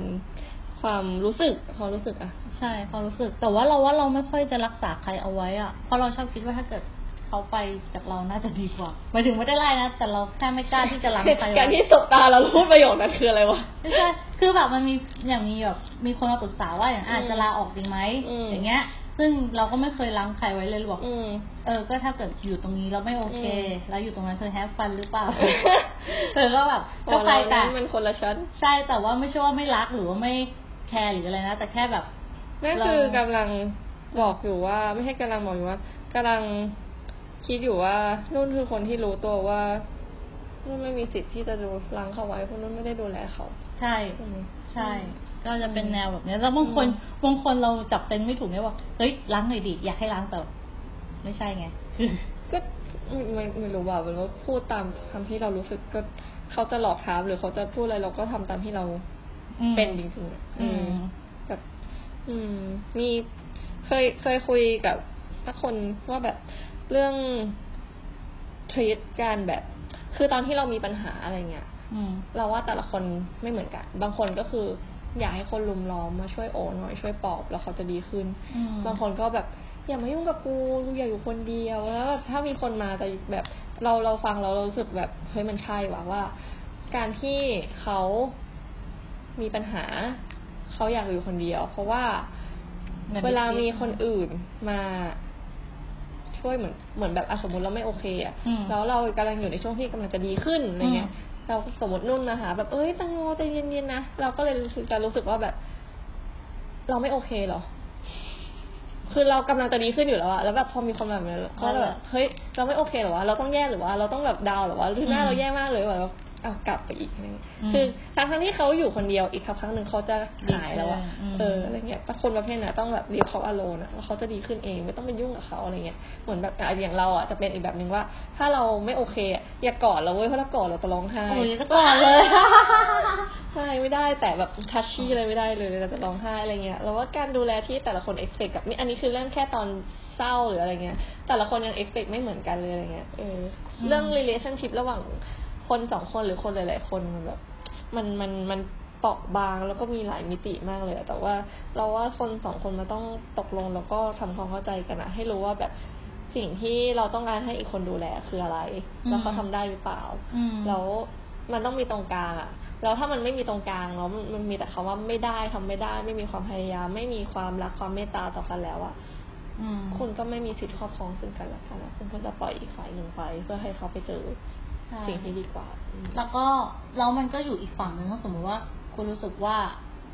Speaker 2: ความรู้สึกความรู้สึกอะ
Speaker 1: ใช่ความรู้สึก แต่ว่าเราว่าเราไม่ค่อยจะรักษาใครเอาไว้อะเพราะเราชอบคิดว่าถ้าเกิดเขาไปจากเราน่าจะดีกว่าหมายถึงไม่ได้ไล่นะแต่เราแค่ไม่กล้าที่จะรังใครไว้
Speaker 2: การที่สบตาเราพูดประโยคนั้นคืออะไรวะ
Speaker 1: ไม่ใช่คือแบบมันมีอย่างมีแบบมีคนมาปรึกษาว่าอย่างอาจ
Speaker 2: อืม
Speaker 1: จะลาออกดีไหม
Speaker 2: อืม
Speaker 1: อย่างเงี้ย ซึ่งเราก็ไม่เคยล้างใครไว้เลยบอก
Speaker 2: อืม
Speaker 1: เออ ก็ถ้าเกิดอยู่ตรงนี้เราไม่โอเค
Speaker 2: อืม
Speaker 1: แล้วอยู่ตรงนั้นเธอแฮปฟันหรือเป ล่า เธอก็แบบ
Speaker 2: พ
Speaker 1: ก็
Speaker 2: อ
Speaker 1: ไป
Speaker 2: เรา
Speaker 1: แต่
Speaker 2: นั้นมันคนละชั้น
Speaker 1: ใช่แต่ว่าไม่ใช่ว่าไม่รักหรือว่าไม่แคร์หรืออะไรนะ แต่แค่แบบ
Speaker 2: นั่น
Speaker 1: เรา
Speaker 2: คือกำลังบอกอยู่ว่า ไม่ใช่กำลังบอกอยู่ว่ากำลังคิดอยู่ว่านุ่นคือคนที่รู้ตัวว่านุ่นไม่มีสิทธิ์ที่จะดูรังเขาไว้เพราะนุ่นไม่ได้ดูแลเขา
Speaker 1: ใช่
Speaker 2: อืม
Speaker 1: ใช่ ก็จะเป็นแนวแบบเนี้ยแล้วบางคนบางคนเราจับเซนไม่ถูกเนี่ยว่าเฮ้ยล้างหน่อยดิอยากให้ล้างแต่ไม่ใช่ไง
Speaker 2: ก็ไม่ไม่ไม่รู้ว่ามันก็พูดตามคำที่เรารู้สึกก็เขาจะหลอกถามหรือเขาจะพูดอะไรเราก็ทำตามที่เรา
Speaker 1: อืม
Speaker 2: เป็นจริงๆอะ
Speaker 1: อืม
Speaker 2: แบบอืม มีเคยเคยคุยกับสักคนว่าแบบเรื่องทรีตการแบบ คือตอนที่เรามีปัญหาอะไรเงี้ย
Speaker 1: อืม
Speaker 2: เราว่าแต่ละคนไม่เหมือนกัน บางคนก็คือ อยากให้คนลุมล้อมมาช่วยโอนหน่อยช่วยปลอบแล้วเขาจะดีขึ้น
Speaker 1: อืม
Speaker 2: บางคนก็แบบอย่ามายุ่งกับกูกูอยากอยู่คนเดียวแล้วแบบถ้ามีคนมาจะแบบเราเราฟังเราเรารู้สึกแบบเฮ้ยมันใช่ว่ะว่า การที่เขามีปัญหา เขาอยากอยู่คนเดียว เพราะว่า
Speaker 1: หมือน
Speaker 2: เวลามี
Speaker 1: ด็กๆ
Speaker 2: คนอื่นมาช่วยเหมือนเหมือนแบบอะสมมติเราไม่โอเคอะ
Speaker 1: อืม
Speaker 2: แล้วเรากำลังอยู่ในช่วงที่กำลังจะดีขึ้นอะไรเงี้ย
Speaker 1: อืม
Speaker 2: เราสมมตินุ่นนะคะแบบเอ้ยตังโมใจเย็นๆนะเราก็เลยรู้สึกจะรู้สึกว่าแบบ เราไม่โอเคเหรอ คือเรากำลังจะดีขึ้นอยู่แล้วอะแล้วแบบพอมีคนแบบนี้ก็จะแบบเฮ้ยเราไม่โอเคเหรอวะเราต้องแย่หรือวะเราต้องแบบดาวน์เหรอวะหรือหน้า
Speaker 1: อืม
Speaker 2: เราแย่มากเลยว่ะเราเอากลับไปอีกอะไรเงี้ย
Speaker 1: อืม
Speaker 2: คือทั้งทั้งๆที่เขาอยู่คนเดียวอีกสักพักหนึ่งเขาจะหายแล้วอะ
Speaker 1: ดีขึ้นอืม
Speaker 2: เอออะไร อะไรเงี้ยแต่คนประเภทน่ะต้องแบบเรียกเขาอโลนะแล้วเขาจะดีขึ้นเองไม่ต้องไปยุ่งกับเขาอะไรเงี้ยเหมือนแบบอ่ะอย่างเราอ่ะจะเป็นอีกแบบหนึ่งว่า ถ้าเราไม่โอเคอ่ะอย่ากอดเราเว้ยเพราะเรากอดเราจะร้องไห้
Speaker 1: โอ้ยจะก่อนเลย
Speaker 2: ใช่ไม่ได้แต่แบบทัชชี่อะไรไม่ได้เลยเราจะร้องไห้อะไรเงี้ยเราว่าการดูแลที่แต่ละคนเอ็กเซกกับนี่อันนี้คือเรื่องแค่ตอนเศร้าหรืออะไรเงี้ย แต่ละคนยังเอ็กเซกไม่เหมือนกันเลยอะไรเงี้ยเอ
Speaker 1: อ
Speaker 2: อ
Speaker 1: ืม
Speaker 2: เรื่อง relationship ระหว่างคนสองคนหรือคนหลาย ๆ คนมันแบบ มันมันมันเปราะบางแล้วก็มีหลายมิติมากเลยอะแต่ว่าเราว่าคนสองคนมันต้องตกลงแล้วก็ทำความเข้าใจกันนะให้รู้ว่าแบบสิ่งที่เราต้องการให้อีกคนดูแลคืออะไร
Speaker 1: อืม
Speaker 2: แล้วเขาทำได้หรือเปล่า
Speaker 1: อืม
Speaker 2: แล้วมันต้องมีตรงกลางอะแล้วถ้ามันไม่มีตรงกลางแล้วมันมันมีแต่คำว่าไม่ได้ทำไม่ได้ ไม่มีความพยายาม ไม่มีความรักความเมตตาต่อกันแล้วอะ
Speaker 1: อืม
Speaker 2: คุณก็ไม่มีสิทธิ์ครอบครองซึ่งกันและกันอะคุณก็จะปล่อยอีกฝ่ายหนึ่งไป เพื่อให้เขาไปเจอ
Speaker 1: ใช่
Speaker 2: สิ่งที่ดีกว่าอืม
Speaker 1: แล้วก็แล้วมันก็อยู่อีกฝั่งหนึ่งถ้าสมมติว่า คุณรู้สึกว่า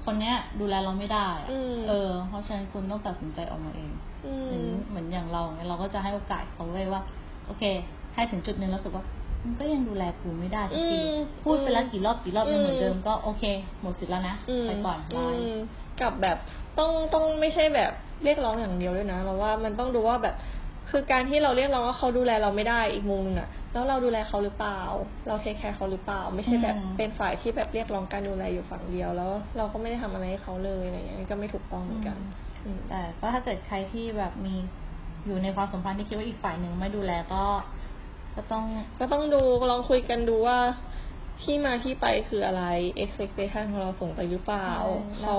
Speaker 1: คนเนี้ย ดูแลเราไม่ได้อะ
Speaker 2: อืม
Speaker 1: เออ เพราะฉะนั้นคุณต้องตัดสินใจออกมาเอง
Speaker 2: อื
Speaker 1: เหมือน
Speaker 2: ม
Speaker 1: เหมือนอย่างเราเนี่ยเราก็จะให้โอกาสเขาไว้ยว่า โอเค ให้ถึงจุดหนึ่งแล้วรู้สึกว่า มันก็ยังดูแลกูไม่ได้สักที
Speaker 2: อืม
Speaker 1: พูดไปแล้วกี่รอบกี่รอบยังเหมือ
Speaker 2: อื
Speaker 1: น
Speaker 2: ม
Speaker 1: เดิมก็โอเค หมดสิทธิ์แล้วนะ
Speaker 2: ม
Speaker 1: ไปก่อนบาย
Speaker 2: มกับแบบต้องต้องไม่ใช่แบบเรียกร้องอย่างเดียวด้วยนะเราว่ามันต้องดูว่าแบบ คือการที่เราเรียกร้องว่าเขาดูแลเราไม่ได้อีกมุมหนึงอะแล้วเราดูแลเขาหรือเปล่า เราเทคแคร์เขาหรือเปล่า ไม่ใช่แบบ
Speaker 1: อืม
Speaker 2: เป็นฝ่ายที่แบบเรียกร้องการดูแลอยู่ฝั่งเดียวแล้ว เราก็ไม่ได้ทำอะไรให้เขาเลยอะไรอย่างเงี้ยก็ไม่ถูกต้องเหมือนกันอืม
Speaker 1: แต่ก็ถ้าเกิดใครที่แบบมีอยู่ในความสัมพันธ์ที่คิดว่าอีกฝ่ายหนึ่งไม่ดูแลก็ ก็ต้อง
Speaker 2: ก็ต้องดูลองคุยกันดูว่าที่มาที่ไปคืออะไร expectation ของเราส่งไปหรือเปล่า
Speaker 1: ใช่
Speaker 2: เขา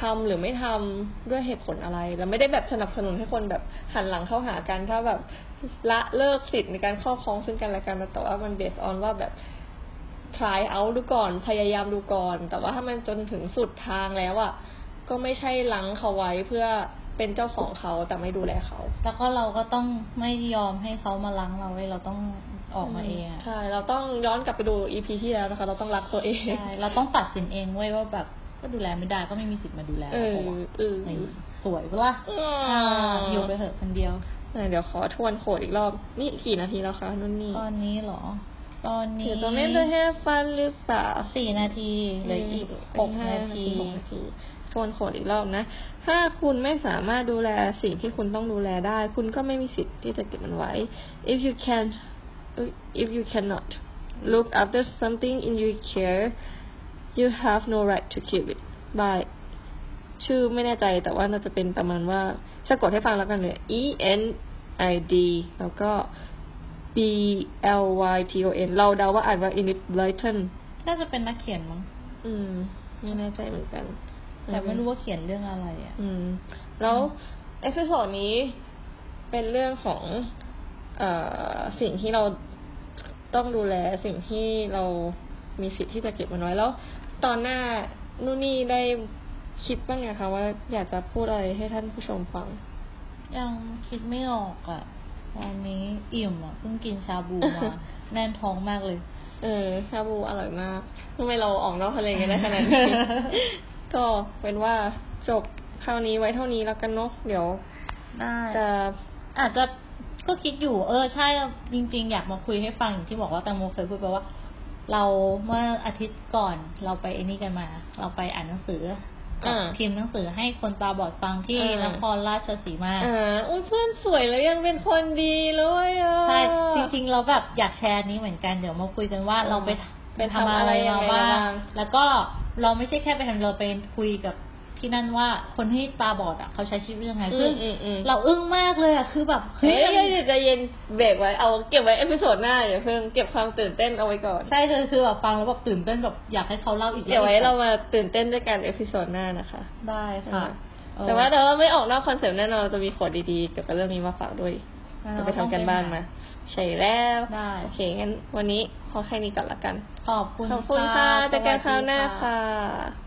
Speaker 2: ทำหรือไม่ทำด้วยเหตุผลอะไร แล้วไม่ได้แบบสนับสนุนให้คนแบบหันหลังเข้าหากัน ถ้าแบบละเลิกสิทธิ์ในการครอบครองซึ่งกันและกันนะแต่ว่ามัน based on ว่าแบบ try out ดูก่อนพยายามดูก่อน แต่ว่าถ้ามันจนถึงสุดทางแล้วอะก็ไม่ใช่ลังเขาไว้เพื่อเป็นเจ้าของเขาแต่ไม่ดูแลเขา
Speaker 1: แล้วก็เราก็ต้องไม่ยอมให้เขามาล้างเราเว้ยเราต้องออกมาเองอะ
Speaker 2: ใช่ เราต้องย้อนกลับไปดู EP ที่แล้วนะคะ เราต้องรักตัวเอง
Speaker 1: ใช่เราต้องตัดสินเองเว้ยว่าแบบก็ดูแลไม่ได้ก็ไม่มีสิทธิ์มาดูแล
Speaker 2: เอ
Speaker 1: เราเพราะ
Speaker 2: อ
Speaker 1: ว่า
Speaker 2: เออ
Speaker 1: นี่สวยปะล่ะ
Speaker 2: อ่า
Speaker 1: อ่าอยู่ไปเถอะคนเดียว
Speaker 2: อ่ะเดี๋ยวขอทวนโคดอีกรอบ นี่กี่นาทีแล้วคะนุ่นนี่
Speaker 1: ตอนนี้เหรอ ตอน
Speaker 2: ห
Speaker 1: นี้
Speaker 2: รือตอนนี้จะให้ฟันหรือเปล่า
Speaker 1: สี่นาทีเหลืออีกหกนาที
Speaker 2: หกนาที นโขดอีกรอบนะ ถ้าคุณไม่สามารถดูแลสิ่งที่คุณต้องดูแลได้ คุณก็ไม่มีสิทธิ์ที่จะเก็บมันไว้ if you can if you cannot look after something in your care you have no right to keep it by ชื่อไม่แน่ใจแต่ว่าน่าจะเป็นประมาณว่าสะกดให้ฟังแล้วกันเลย E N I D แล้วก็ B L Y T O N เราเดาว่าอ่านว่า Enid Blyton
Speaker 1: น่าจะเป็นนักเขียนมั้ง
Speaker 2: อืมไม่แน่ใจเหมือนกัน
Speaker 1: แต่ไม่รู้ว่าเขียนเรื่องอะไรอ่ะ
Speaker 2: อืม แล้วเอพิโซดนี้เป็นเรื่องของ เอ่อสิ่งที่เราต้องดูแลสิ่งที่เรามีสิทธิ์ที่จะเก็บมันไว้แล้ว ตอนหน้านู่นนี่ได้คิดบ้างไงคะว่าอยากจะพูดอะไรให้ท่านผู้ชมฟัง
Speaker 1: ยังคิดไม่ออกอ่ะ วันนี้อิ่มอ่ะเพิ่งกินชาบู มา แน่นท้องมากเลย
Speaker 2: เออชาบูอร่อยมากทำไมเราออกนอกทะเลกันได้ขนาด นี้ ก็เป็นว่าจบคราวนี้ไว้เท่านี้แล้วกันเนาะเดี๋ยว
Speaker 1: ได้
Speaker 2: จะ
Speaker 1: อาจจะก็คิดอยู่ เออใช่จริง ๆ อยากมาคุยให้ฟังอย่างที่บอกว่าแตงโมเคยพูดไปว่า เราเมื่ออาทิตย์ก่อนเราไปไอ้นี่กันมา เราไปอ่านหนังสืออา พิมพ์หนังสือให้คนตาบอดฟังที่
Speaker 2: อ่าน น
Speaker 1: ครราชสีมา
Speaker 2: อ่าอุ้ยเพื่อนสวยแล้วยังเป็นคนดีเลยอ่ะ
Speaker 1: ใช่ จริงๆ เราแบบอยากแชร์อันนี้เหมือนกัน เดี๋ยวมาคุยกันว่า
Speaker 2: เออ
Speaker 1: เราไป
Speaker 2: ไป
Speaker 1: ทำ
Speaker 2: ทำ
Speaker 1: อะ
Speaker 2: อะไร
Speaker 1: มา
Speaker 2: ไรยังไง
Speaker 1: บ้า
Speaker 2: บ้าง ง
Speaker 1: แล้วก็เราไม่ใช่แค่ไปทำเราไปคุยกับที่นั่นว่าคนที่ตาบอดอ่ะเขาใช้ชีวิตยังไง
Speaker 2: อื
Speaker 1: ซึ่
Speaker 2: ม
Speaker 1: ง
Speaker 2: อืมอืม
Speaker 1: เราอึ้งมากเลยอ่ะคือแบบ
Speaker 2: เฮ้
Speaker 1: เฮ้
Speaker 2: ย
Speaker 1: ย
Speaker 2: เดี๋ยวใจเย็นเบรกไว้เอาเก็บไว้เอพิโซดหน้าอย่าเพิ่งเก็บความตื่นเต้นเอาไว้ก่อน
Speaker 1: ใช่เลยคือแบบฟังแล้วแบบตื่นเต้นแบบอยากให้เขาเล่าอีก
Speaker 2: เดี๋ยวไว้เรา
Speaker 1: อีก
Speaker 2: มาตื่นเต้นด้วยกันเอพิโซดหน้านะคะ
Speaker 1: ได้ค่ะเออ
Speaker 2: แต่ว่าแต่ว่าไม่ออกนอกคอนเซปต์แน่นอนเราจะมีโขดดีๆเกี่ยวกับเรื่องนี้มาฝากด้วย เราไปทำกันบ้านมา ใช่แล้ว
Speaker 1: ได้
Speaker 2: โอเค งั้นวันนี้ขอแค่นี้ก่อนละกัน
Speaker 1: ขอบคุณ
Speaker 2: ขอบคุณค่ะ
Speaker 1: สวัสดี
Speaker 2: เจอกันคราวหน้าค่ะ